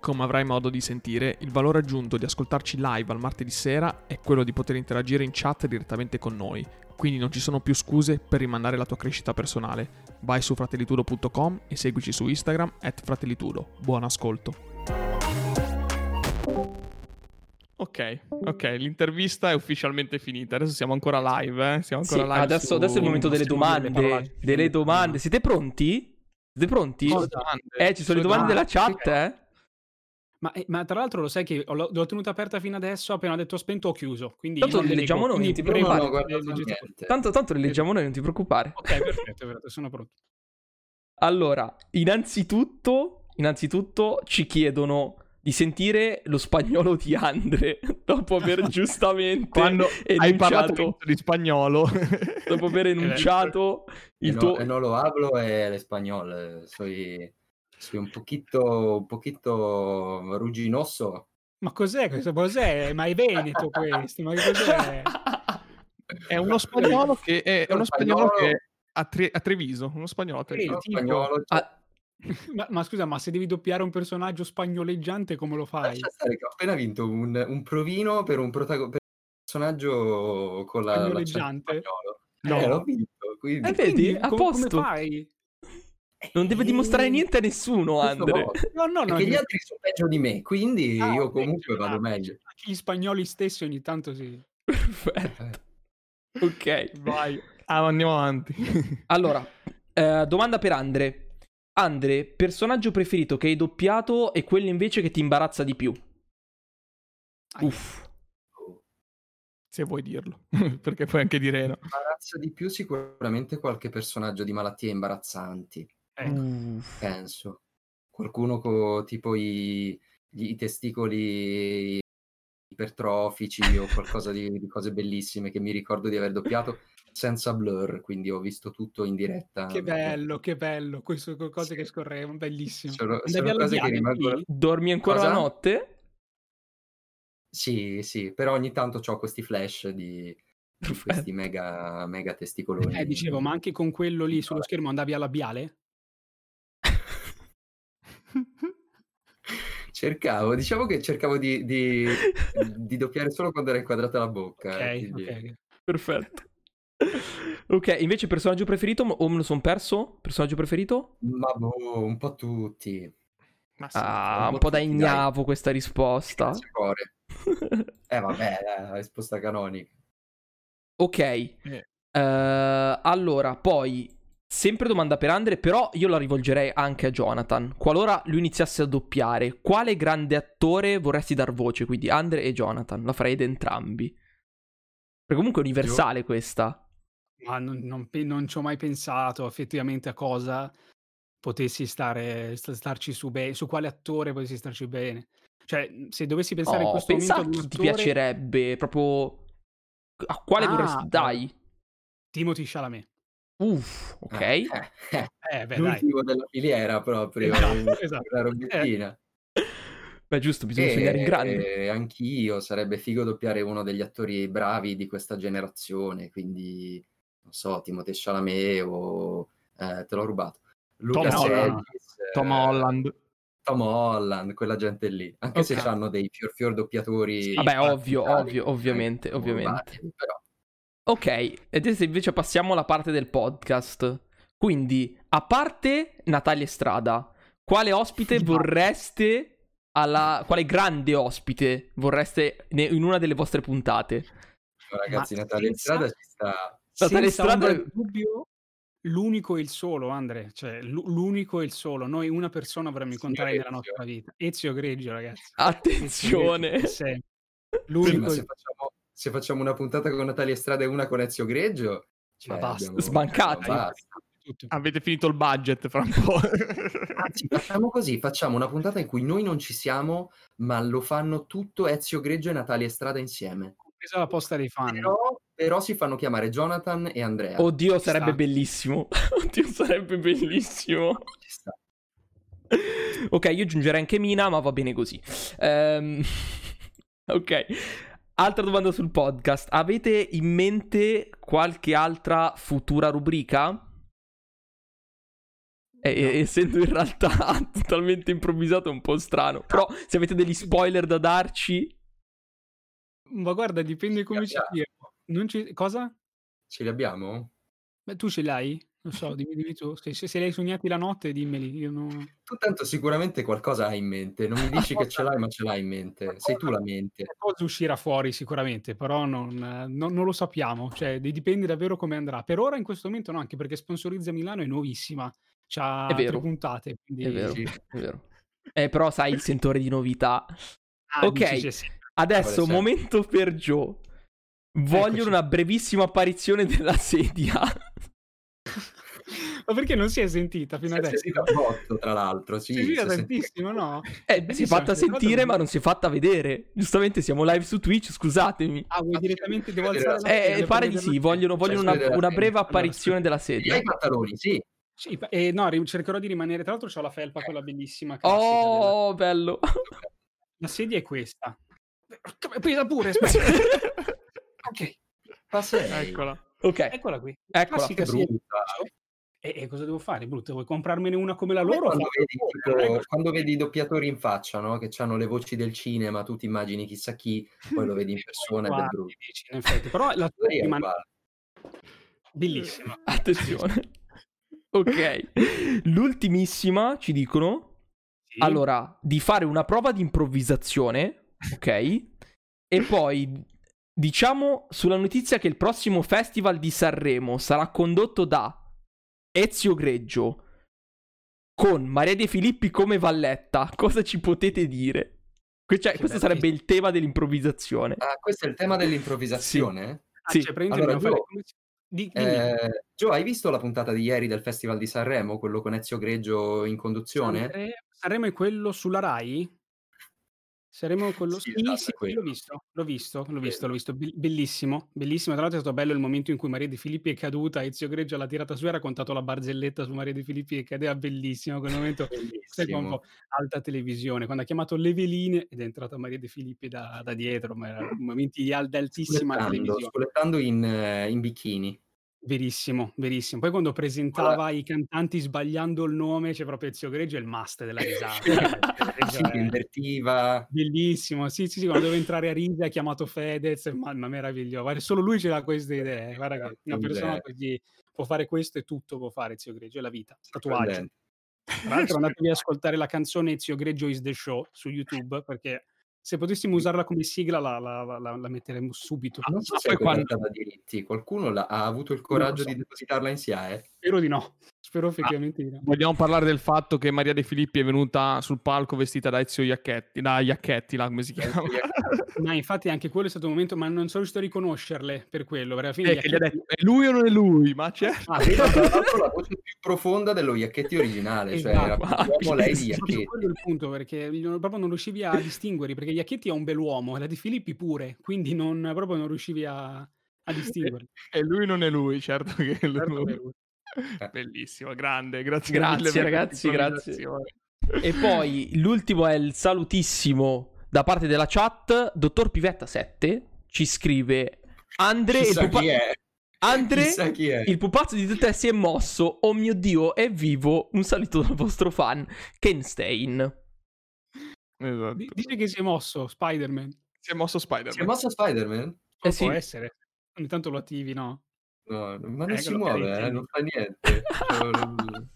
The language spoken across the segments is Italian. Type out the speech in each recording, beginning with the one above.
Come avrai modo di sentire, il valore aggiunto di ascoltarci live al martedì sera è quello di poter interagire in chat direttamente con noi, quindi non ci sono più scuse per rimandare la tua crescita personale. Vai su fratellitudo.com e seguici su Instagram at fratellitudo. Buon ascolto. Ok, ok, l'intervista è ufficialmente finita. Adesso siamo ancora live, eh? Siamo Sì, ancora live. adesso, su- adesso è il momento delle su- domande. Delle domande. Siete pronti? Siete pronti? Cosa domande? Eh, ci sono le Cosa domande della domande? chat, eh? Ma, eh, ma tra l'altro lo sai che ho- l'ho, l'ho tenuta aperta fino adesso, appena ho detto spento ho chiuso. Quindi Tanto non le vi leggiamo dico. noi, Quindi ti più Io non prepari. o ho meno guardato leggete niente. voi. Tanto, tanto le leggiamo noi, non ti preoccupare. Ok, perfetto, perfetto, sono pronto. Allora, innanzitutto, innanzitutto ci chiedono di sentire lo spagnolo di Andre dopo aver giustamente Quando hai enunciato- parlato tutto di spagnolo, dopo aver enunciato E Eh, il no, tuo e no lo hablo el español. eh, Soy, soy un poquito, un poquito ruginoso. Ma cos'è questo? Cos'è? Ma è Veneto questo? Ma che cos'è? è uno spagnolo che è, è uno spagnolo che a, Tre- a Treviso, uno spagnolo a Sì, Treviso. Uno tipo- spagnolo. cioè, Ah, Ma, ma scusa, ma se devi doppiare un personaggio spagnoleggiante, come lo fai? lascia stare che ho appena vinto un, un provino per un, protago- per un personaggio con la l'accento Spagnoleggiante? spagnolo. No. Eh, l'ho vinto. Quindi... Eh, vedi, Quindi, a com- posto. Come fai? non deve dimostrare niente a nessuno, Questo Andre. no, No, no, no. Perché gli altri sono peggio di me, quindi Ah, io ok, comunque cioè, vado ah, meglio. anche Gli spagnoli stessi ogni tanto sì. Perfetto. Ok. Vai, ah, andiamo avanti. Allora, eh, domanda per Andre. Andre, personaggio preferito che hai doppiato e quello invece che ti imbarazza di più? Ah, Uff. Se vuoi dirlo, perché puoi anche dire no. Imbarazza di più sicuramente qualche personaggio di malattie imbarazzanti. Ecco. Uff. penso. Qualcuno con tipo i, gli- i testicoli ipertrofici o qualcosa di, di cose bellissime che mi ricordo di aver doppiato senza blur, quindi ho visto tutto in diretta. Che belbello, che bello. Questo co- cose Ah, Sì. che scorrevano, bellissimo. Sono, Andavi sono alla cose che Viale, rimangono... sì? Dormi ancora Cosa? la notte? Sì, sì, però ogni tanto ho questi flash di, di questi mega, mega testicoloni. Eh, dicevo, ma anche con quello lì sullo schermo andavi alla Biale? Cercavo, diciamo che cercavo di, di- di doppiare solo quando era inquadrata la bocca. eh, Ok, quindi- ok. Perfetto. Ok, invece personaggio preferito o me lo sono perso? Personaggio preferito? Ma boh, un po' tutti. Ma sì, Ah, un un po' po' da tutti, dai. ignavo questa risposta. Grazie, cuore. Eh vabbè, dai, la risposta canonica. Ok. eh, allora, poi, sempre domanda per Andre, però io la rivolgerei anche a Jonathan. Qualora lui iniziasse a doppiare, quale grande attore vorresti dar voce? Quindi Andre e Jonathan, la farei ad entrambi. Perché comunque è universale questa. Ma non, non pe- non ci ho mai pensato effettivamente a cosa potessi stare, sta- starci su bene, su quale attore potessi starci bene. Cioè, se dovessi pensare in Oh, questo pensa momento a ad chi un ti attore, piacerebbe, proprio... A quale Ah, vorresti... Dai. Timothy Chalamet. Uff, ok. Eh, eh, Eh, beh, dai. L'ultimo della filiera proprio, Esatto, esatto. la robettina. Beh, giusto, bisogna Eh, sognare in grande. E eh, anch'io, sarebbe figo doppiare uno degli attori bravi di questa generazione, quindi, non so, Timothée Chalamet o... eh, te l'ho rubato. Luca Holland. Sedgis, eh, Tom Holland. Tom Holland, quella gente lì. Anche se Ok. hanno dei fior fior doppiatori. Sì, Vabbè, infatti, ovvio, bravi, ovvio, ovviamente, sono ovviamente. rubati, però. Ok, e adesso invece passiamo alla parte del podcast. Quindi, a parte Natalia Estrada, quale ospite vorreste alla... quale grande ospite vorreste ne- in una delle vostre puntate? Ragazzi, Ma Natale in senza- strada ci sta... Natale Senza ombra Strada- di dubbio, l'unico e il solo, Andre. Cioè, l'u- l'unico e il solo. Noi una persona vorremmo Ezio incontrare nella Greggio. nostra vita. Ezio Greggio, ragazzi. Attenzione! Sì. Sì, ma L'unico se facciamo, se facciamo una puntata con Natalia Strada e una con Ezio Greggio, cioè, Ma basta, sbancate. ma basta. tutto. Avete finito il budget fra un po'. Anzi, facciamo così: facciamo una puntata in cui noi non ci siamo, Mm. ma lo fanno tutto Ezio Greggio e Natalia Strada insieme. Presa la posta dei fan. Però, Però si fanno chiamare Jonathan e Andrea. Oddio, Ci sarebbe sta. bellissimo. Oddio, sarebbe bellissimo. Ci sta. Ok, io aggiungerei anche Mina, ma va bene così. Ehm, ok. Altra domanda sul podcast. Avete in mente qualche altra futura rubrica? E- e- Essendo in realtà totalmente improvvisato è un po' strano. Però se avete degli spoiler da darci... Ma guarda, dipende come ci abbiamo. tiriamo. Non ci- Cosa? Ce li abbiamo? Ma tu ce l'hai? Non so, dimmi, dimmi tu. Se, se, se l'hai sognati la notte, dimmeli. Io non... Tu tanto sicuramente qualcosa hai in mente, non mi dici che ce l'hai ma ce l'hai in mente, sei tu la mente. Cosa uscirà fuori sicuramente, però non, eh, non- non lo sappiamo. Cioè, di- dipende davvero come andrà. Per ora, in questo momento, no, anche perché sponsorizza Milano è nuovissima. C'ha È vero. tre puntate. Quindi... È vero, Sì. è vero. Eh, però sai il sentore di novità. Ah, Ok. dici c'è sempre. Adesso, Vabbè, certo. momento per Joe. Voglio Eccoci. una brevissima apparizione della sedia. Ma perché non si è sentita fino Si è adesso? sentita a botto, tra l'altro, sì, Si è sentita si è sentita- tantissimo, no? Eh, si è fatta sentire, ma non si è fatta vedere. Giustamente, siamo live su Twitch, scusatemi. Ah, vuoi direttamente devo alzare la Eh, mano, devo pare di vedere la- sì, vogliono, vogliono Cioè, una, vedere la una sedia. breve Allora, apparizione della Ti sedia. dai i pantaloni, sì. Sì, pa- eh, no, ri- cercherò di rimanere. Tra l'altro, c'ho la felpa, quella bellissima. classica della- Oh, bello. La sedia è questa. Porca- Pesa pure, aspetta. Eh, ok, Passa Eccola. Ok, eccola qui. Eccola, Classica Che sedia. brutta. E, e cosa devo fare? Brutto, vuoi comprarmene una come la Come loro? quando, Fa- vedi, tipo, Prego. quando vedi i doppiatori in faccia, no? Che hanno le voci del cinema, tu ti immagini chissà chi, poi lo vedi in persona ed è Guardi, brutto. dici, in effetti. Però la tua Sì, è rimane uguale. bellissima. attenzione. Ok, l'ultimissima ci dicono. Sì. Allora, di fare una prova di improvvisazione, ok? e poi diciamo sulla notizia che il prossimo festival di Sanremo sarà condotto da Ezio Greggio con Maria De Filippi come valletta. Cosa ci potete dire? Que- cioè, Che questo bello. sarebbe il tema dell'improvvisazione. Ah, questo è il tema dell'improvvisazione? Ah, sì. cioè, praticamente Allora, dobbiamo io- fare- Di- dimmi. Eh, Gio, hai visto la puntata di ieri del Festival di Sanremo, quello con Ezio Greggio in conduzione? Sanre- Sanremo è quello sulla Rai? Saremo quello Sì, sì, esatto, sì, è quello. l'ho visto, l'ho visto, l'ho visto, l'ho visto, be- bellissimo, bellissimo. Tra l'altro è stato bello il momento in cui Maria De Filippi è caduta, Ezio Greggio l'ha tirata su e ha raccontato la barzelletta su Maria De Filippi che cadeva bellissimo quel momento. Sai qua un Bellissimo. po' alta televisione, quando ha chiamato Leveline ed è entrata Maria De Filippi da, da dietro, ma era un momento di al- altissima Scolettando, televisione. scolettando in, eh, in bikini. Verissimo, verissimo. Poi quando presentava i cantanti sbagliando il nome, c'è proprio Ezio Greggio, è il master della risata. eh, Ezio Greggio Sì, è- invertiva. Bellissimo, sì, sì, sì, quando doveva entrare a Rizia ha chiamato Fedez, mamma meraviglioso, guarda, solo lui ce l'ha queste idee, eh, guarda, che una persona Idee. così può fare questo e tutto può fare Ezio Greggio, è la vita, tatuaggio. Sorprendente. Tra l'altro andatevi ad ascoltare la canzone Ezio Greggio is the show su YouTube, perché se potessimo usarla come sigla la, la- la- la- la metteremmo subito, Non so Ma se Ah, poi è quando- quando... da diritti, qualcuno l'ha- ha avuto il coraggio so. di depositarla in SIAE? spero di no, spero effettivamente di no. Vogliamo parlare del fatto che Maria De Filippi è venuta sul palco vestita da Ezio Iacchetti, da Iacchetti, là, come si chiama? Ma infatti anche quello è stato un momento, ma non sono riuscito a riconoscerle per quello, perché alla fine Eh, gli che gli ha acchi- detto, è lui o non è lui? Ma c'è... Ah, Aveva tra l'altro la voce più profonda dello Iacchetti originale, cioè era più Esatto. uomo lei di Ah, Sì, proprio Iacchetti. quello è il punto perché non- proprio non riuscivi a distinguere perché Iacchetti è un bell'uomo e la di Filippi pure quindi non, proprio non riuscivi a, Eh, a distinguere E lui non è lui, certo che è lui. Certo che è lui. Bellissimo, grande, grazie Grazie, mille per ragazzi, questa grazie. improvvisazione. E poi l'ultimo è il salutissimo da parte della chat. Dottor Pivetta 7 ci scrive Andre, il, Chissà pupa- chi è, Andre chissà chi è. il pupazzo di Tete si è mosso. Oh mio dio, è vivo. Un saluto dal vostro fan, Kenstein. Esatto. Di- dice che si è mosso Eh, Spider-Man Si è mosso Spider-Man. Si è mosso Spider-Man? Eh può sì. essere ogni tanto lo attivi no? No, ma non Eh, si quello che muove, eh, intendi. non fa niente. Cioè, non-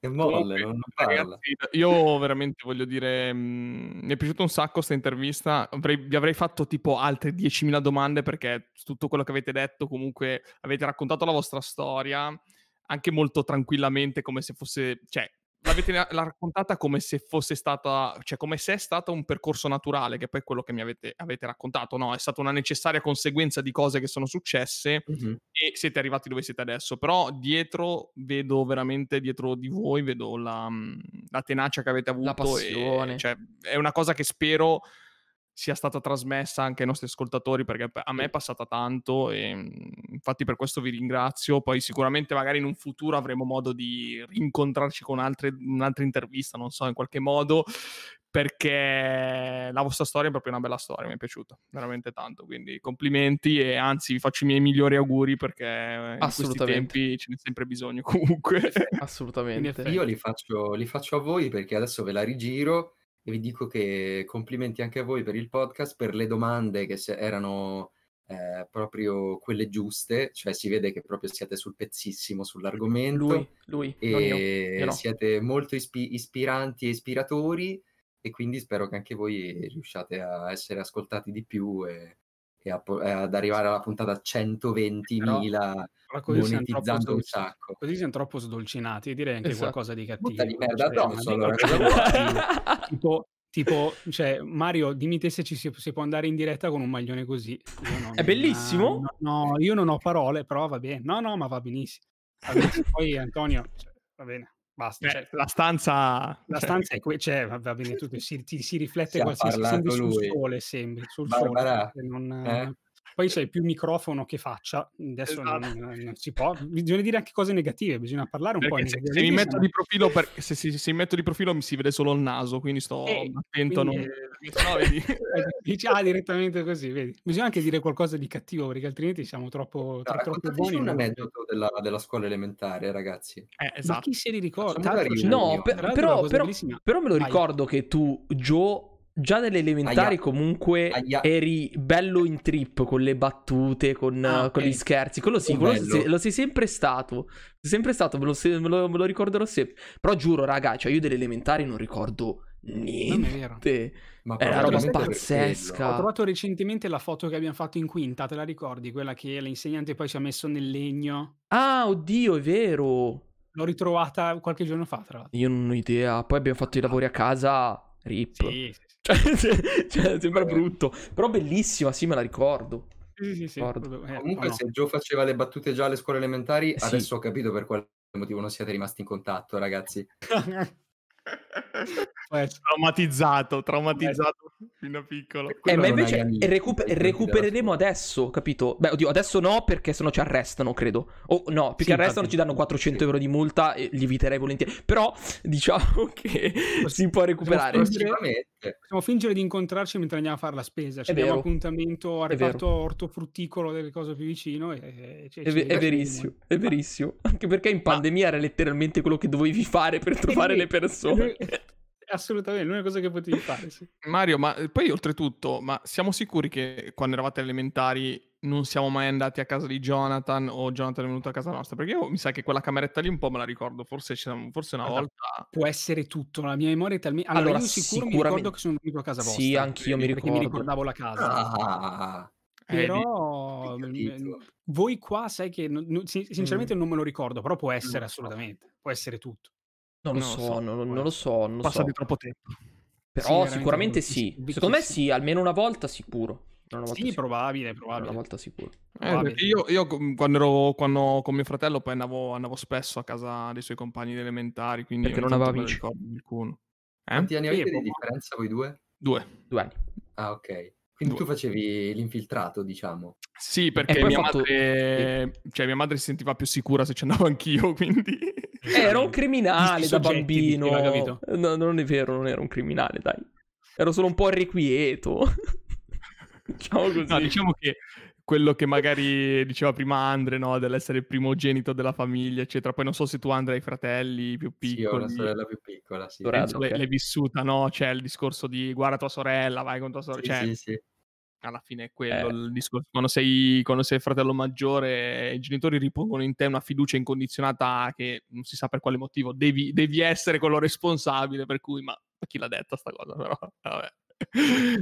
È molle, Comunque, non, non parla. Ragazzi, io veramente voglio dire, mh, mi è piaciuta un sacco questa intervista. Avrei- vi avrei fatto tipo altre 10.000 domande perché tutto quello che avete detto, comunque avete raccontato la vostra storia anche molto tranquillamente, come se fosse, cioè, l'avete la- l'ha raccontata come se fosse stata, cioè, come se è stato un percorso naturale, che poi è quello che mi avete, avete raccontato, no? È stata una necessaria conseguenza di cose che sono successe Mhm. e siete arrivati dove siete adesso. Però dietro vedo veramente dietro di voi, vedo la, la tenacia che avete avuto. e- passione. cioè, è una cosa che spero sia stata trasmessa anche ai nostri ascoltatori perché a me è passata tanto e mh, infatti per questo vi ringrazio poi sicuramente magari in un futuro avremo modo di rincontrarci con altre, un'altra intervista non so in qualche modo perché la vostra storia è proprio una bella storia mi è piaciuta veramente tanto quindi complimenti e anzi vi faccio i miei migliori auguri perché eh, in questi Assolutamente. tempi ce n'è sempre bisogno comunque Assolutamente. In Io li faccio, li faccio a voi perché adesso ve la rigiro e vi dico che complimenti anche a voi per il podcast, per le domande che se- erano eh, proprio quelle giuste, cioè si vede che proprio siete sul pezzissimo sull'argomento Lui, lui, non io. e no. siete molto ispi- ispiranti e ispiratori e quindi spero che anche voi riusciate a essere ascoltati di più e, e a po- e ad arrivare alla puntata 120.000 Però così siamo troppo monetizzando un sdolci- sacco. Così siamo troppo sdolcinati, direi anche Esatto. qualcosa di cattivo. Butta di merda Cioè, addosso, ma- allora, cosa vuoi? tipo, tipo, cioè, Mario, dimmi te se ci si, si può andare in diretta con un maglione così. Io non- È bellissimo. ma- no, no, io non ho parole, però va bene. No, no, ma va benissimo. Va benissimo. Poi Antonio, cioè, va bene, basta. Beh, cioè, la stanza la stanza è qui, cioè, va- va bene tutto, si, ti- si riflette Ci ha qualsiasi parlato sembri sul lui. sole, sembri sul Barbara, sole. non- eh? Poi c'è più microfono che faccia, adesso non, Esatto. non si può, bisogna dire anche cose negative, bisogna parlare un po' Perché se, se mi negativamente, metto ma- di profilo, per- se, si- se mi metto di profilo mi si vede solo il naso, quindi sto Eh, attento. a non... quindi, eh, No, vedi? Dici, ah, direttamente così, vedi. Bisogna anche dire qualcosa di cattivo, perché altrimenti siamo troppo, tro- No, troppo raccontateci buoni. un no? aneddoto della, della scuola elementare, ragazzi. Eh, Ma esatto. chi se li ricorda? Facciamo la c'è- riunione. No, per- tra l'altro una però, cosa però, bellissima- però me lo Vai. ricordo che tu, Joe, già dalle elementari Aia. comunque Aia. eri bello in trip con le battute, con, Ah, eh, con ok. gli scherzi. Quello sì, Oh, quello bello. sei- lo sei sempre stato. Sei sempre stato, me lo, se- me lo- me lo ricorderò sempre. Però giuro, raga, cioè io delle elementari non ricordo Non è niente. vero. Ma È una proprio roba veramente per pazzesca. quello. Ho trovato recentemente la foto che abbiamo fatto in quinta, te la ricordi? Quella che l'insegnante poi ci ha messo nel legno. Ah, oddio, è vero. L'ho ritrovata qualche giorno fa, tra l'altro. Io non ho idea. Poi abbiamo fatto i lavori a casa. Rip. Sì, sì, sì. Cioè, cioè, Eh. sembra brutto. Però bellissima, sì, me la ricordo. Sì, sì, sì, Ricordo. proprio- eh, Comunque, no. se Joe faceva le battute già alle scuole elementari, Sì. adesso ho capito per quale motivo non siete rimasti in contatto, ragazzi. Eh, Può essere. Traumatizzato, traumatizzato fino a piccolo. Per Eh, quello ma non invece hai amici, recuper- hai quelli recupereremo della adesso, capito? Beh, oddio, adesso no, perché sennò ci arrestano, credo. O no, più Sì, che arrestano infatti. ci danno 400 Sì. euro di multa e li eviterei volentieri. Però diciamo che si può recuperare. possiamo scuola. Prossimamente. Possiamo fingere di incontrarci mentre andiamo a fare la spesa. Ci È diamo vero. appuntamento al È vero. reparto ortofrutticolo delle cose più vicino. E, e- ci- È, ve- è ci divertiamo. verissimo, è verissimo. Anche perché in pandemia era letteralmente quello che dovevi fare per trovare le persone. Assolutamente, l'unica cosa che potevi fare. sì. Mario, ma eh, poi oltretutto, ma siamo sicuri che quando eravate elementari non siamo mai andati a casa di Jonathan o Jonathan è venuto a casa nostra? Perché io mi sa che quella cameretta lì un po' me la ricordo, forse, ci siamo- forse una Guarda, volta... Può essere tutto. La mia memoria è talmente. Allora, Allora, io sicuro mi sicuramente- ricordo che sono venuto a casa vostra. eh, Sì, anch'io mi Perché mi ricordo. ricordavo la casa. Ah, eh, di- Però hai mm, capito. voi qua sai che non- non- Mm. sin- sinceramente non me lo ricordo, però può essere so. assolutamente, può essere tutto. Non lo Non lo so, so, non, non lo so, non lo so. Passa di troppo tempo. Sì, Però veramente sicuramente sì. bruttissimo, Secondo me bruttissimo. sì, almeno una volta sicuro. Una volta Sì, sicuro. probabile, Una probabile. volta sicuro. Eh, Probabile. perché io, io com- quando ero quando con mio fratello poi andavo, andavo spesso a casa dei suoi compagni di elementari, quindi Perché ogni non tanto aveva me ne ricordo qualcuno. Eh? Quanti anni avete Sì, di boh. differenza voi due? Due. Due anni. Ah, ok. Quindi Due. tu facevi l'infiltrato, diciamo. Sì, perché poi mia, ho fatto- madre, cioè, mia madre si sentiva più sicura se ci andavo anch'io, quindi... Eh, Era un criminale Giusti da soggetti, bambino. diceva, capito? No, non è vero, non ero un criminale, dai. Ero solo un po' irrequieto. diciamo così. No, diciamo che quello che magari diceva prima Andre, no, dell'essere il primogenito della famiglia, eccetera. Poi non so se tu Andre hai fratelli più Sì, io ho piccoli. una sorella più piccola, sì. Allora, Penso Ok. l'hai- l'hai vissuta, no? C'è il discorso di guarda tua sorella, vai con tua sorella. Sì, cioè, sì, sì. alla fine è quello Eh. il discorso. Quando sei, quando sei fratello maggiore, eh, i genitori ripongono in te una fiducia incondizionata che non si sa per quale motivo. Devi, devi essere quello responsabile, per cui, ma chi l'ha detta sta cosa? Però, vabbè.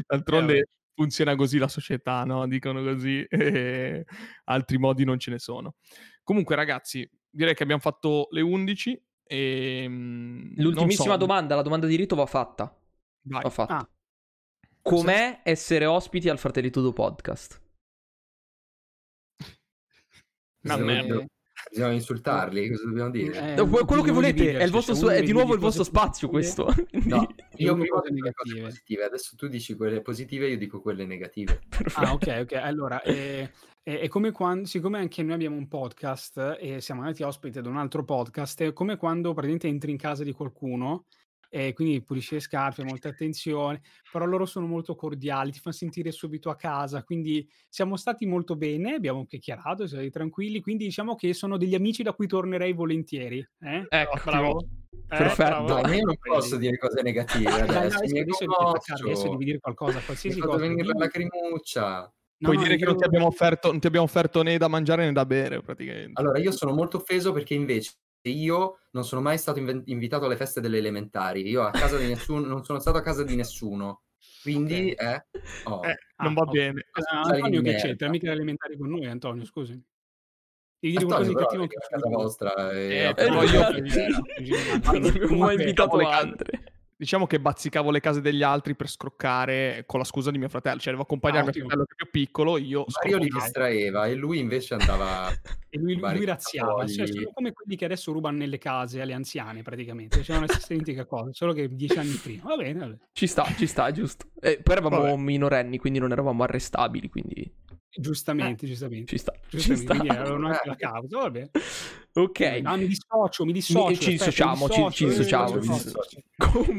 D'altronde vabbè. funziona così la società, no? Dicono così, e altri modi non ce ne sono. Comunque, ragazzi, direi che abbiamo fatto le 11. E, mm, L'ultimissima non so- domanda, la domanda di rito va fatta. Vai. Va fatta. Ah. Com'è essere ospiti al Eh, Fratelli Tudo Podcast? Una Sì, merda. io- Bisogna insultarli, cosa dobbiamo dire? Eh, Quello bisogna che volete, è, il dividerci, vostro se su- uno è di vede nuovo le il vostro cose spazio positive- questo. Quindi- No, io Io prima dico ho detto le cose negative. positive, adesso tu dici quelle positive, io dico quelle negative. Ah, ok, ok. Allora, eh, è, è come quando, siccome anche noi abbiamo un podcast e siamo andati ospiti ad un altro podcast, è come quando praticamente entri in casa di qualcuno e quindi pulisci le scarpe, molta attenzione, però loro sono molto cordiali, ti fanno sentire subito a casa, quindi siamo stati molto bene, abbiamo chiacchierato, siamo stati tranquilli, quindi diciamo che sono degli amici da cui tornerei volentieri. eh? Ecco, Ottimo. bravo. Perfetto. bravo. No, io non posso dire cose negative Dai, dai, adesso, adesso, Eh, mi adesso devi attaccarli, adesso commosso, devi dire qualcosa, mi qualsiasi fa cosa. venire dimmi. la lacrimuccia. No, Puoi no, dire che non ti, io- abbiamo offerto, non ti abbiamo offerto né da mangiare né da bere, praticamente. Allora, io sono molto offeso perché invece io non sono mai stato inven- invitato alle feste delle elementari. Io a casa di nessuno, non sono stato a casa di nessuno. Quindi, eh, oh, Eh, non Ah, va ok. bene. Ah, Sai di Antonio che merda. c'entra? Mica elementari con noi, Antonio, scusi. Devi dire qualcosa Antonio, di però, cattivo perché anche è a casa su- vostra. e- Eh, a però casa io- vostra non c'era. Non abbiamo mai Comunque, invitato cavolo, altre. Diciamo che bazzicavo le case degli altri per scroccare con la scusa di mio fratello. Cioè, devo accompagnare Ah, mio ottimo. fratello che è più piccolo, io Mario li scroccavo. distraeva e lui invece andava... E lui, lui Vari razziava, cioè, cazzavogli. sono come quelli che adesso rubano nelle case alle anziane praticamente, Cioè, c'è una stessa identica cosa, solo che dieci anni prima. Va bene, vabbè. Ci sta, ci sta, giusto. Eh, però eravamo Vabbè. minorenni, quindi non eravamo arrestabili, quindi giustamente, giustamente. ci sta. Ci Giustamente, sta. quindi eh, avevano anche Eh. la causa, va bene. Ok. No, mi dissocio, mi dissocio. Mi- ci aspetta, mi dissociamo, ci- ci eh, dissociamo, mi ci dissocio. No, ma per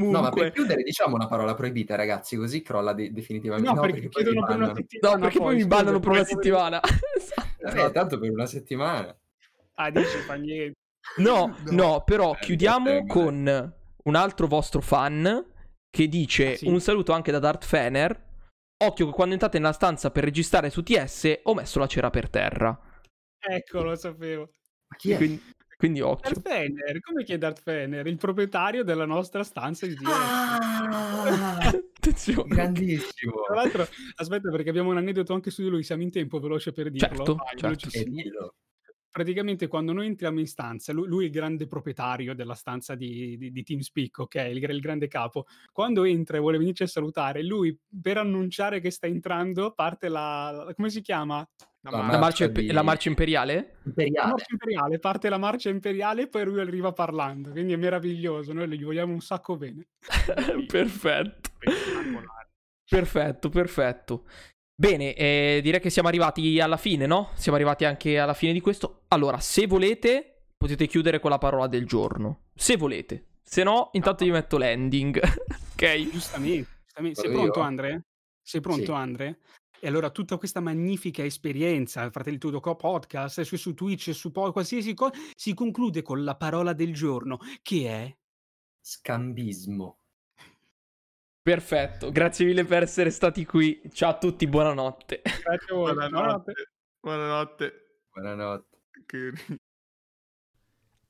Comunque. chiudere diciamo una parola proibita, ragazzi, così crolla de- definitivamente. No, perché poi mi chiedono per una bannano. settimana. No, perché poi mi scusa, ballano per una poi- settimana. Esatto. Eh, tanto per una settimana. Ah, dici, fa niente. No, no, però Eh, chiudiamo vabbè. con un altro vostro fan che dice Ah, sì. un saluto anche da Dart Fener. Occhio che quando entrate nella stanza per registrare su TS ho messo la cera per terra. Ecco, lo sapevo. Ma chi è? Quindi, quindi occhio. Darth Fener, come chi è Darth Fener? Il proprietario della nostra stanza di giro. Ah, Attenzione. grandissimo. Tra l'altro, aspetta, perché abbiamo un aneddoto anche su di lui, siamo in tempo veloce per dirlo. Certo, Vai, certo. E velocissimo. dillo. Praticamente quando noi entriamo in stanza, lui, lui è il grande proprietario della stanza di, di, di TeamSpeak, ok? Il, gra- il grande capo. Quando entra e vuole venirci a salutare, lui per annunciare che sta entrando parte la... la- come si chiama? No, La ma- La marcia, Marcia di- la marcia imperiale? La Imperiale. marcia imperiale, parte la marcia imperiale e poi lui arriva parlando, quindi è meraviglioso, noi gli vogliamo un sacco bene. eh. perfetto. Perfetto, perfetto. Bene, eh, direi che siamo arrivati alla fine, no? Siamo arrivati anche alla fine di questo. Allora, se volete, potete chiudere con la parola del giorno. Se volete. Se no, intanto vi metto l'ending. ok? Giustamente, giustamente. Sei Vado pronto, io? Andre? Sei pronto, Sì. Andre? E allora tutta questa magnifica esperienza, Fratelli Tudo Co podcast, su, su Twitch, su po- qualsiasi cosa, si conclude con la parola del giorno, che è... Scambismo. Perfetto. Grazie mille per essere stati qui. Ciao a tutti, buonanotte. Buonanotte. Buonanotte. Buonanotte. Che-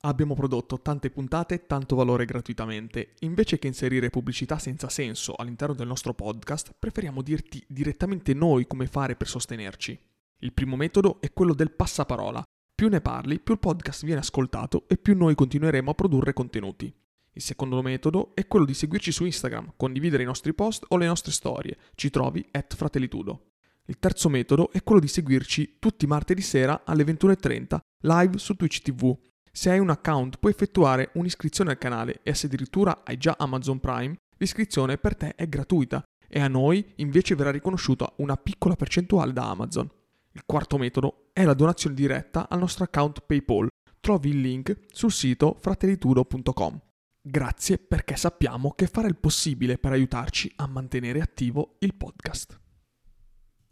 Abbiamo prodotto tante puntate, tanto valore gratuitamente. Invece che inserire pubblicità senza senso all'interno del nostro podcast, preferiamo dirti direttamente noi come fare per sostenerci. Il primo metodo è quello del passaparola. Più ne parli, più il podcast viene ascoltato e più noi continueremo a produrre contenuti. Il secondo metodo è quello di seguirci su Instagram, condividere i nostri post o le nostre storie. Ci trovi at Fratellitudo. Il terzo metodo è quello di seguirci tutti i martedì sera alle 21.30 live su Twitch TV. Se hai un account puoi effettuare un'iscrizione al canale e se addirittura hai già Amazon Prime, l'iscrizione per te è gratuita e a noi invece verrà riconosciuta una piccola percentuale da Amazon. Il quarto metodo è la donazione diretta al nostro account PayPal. Trovi il link sul sito fratellitudo.com. Grazie perché sappiamo che fare il possibile per aiutarci a mantenere attivo il podcast.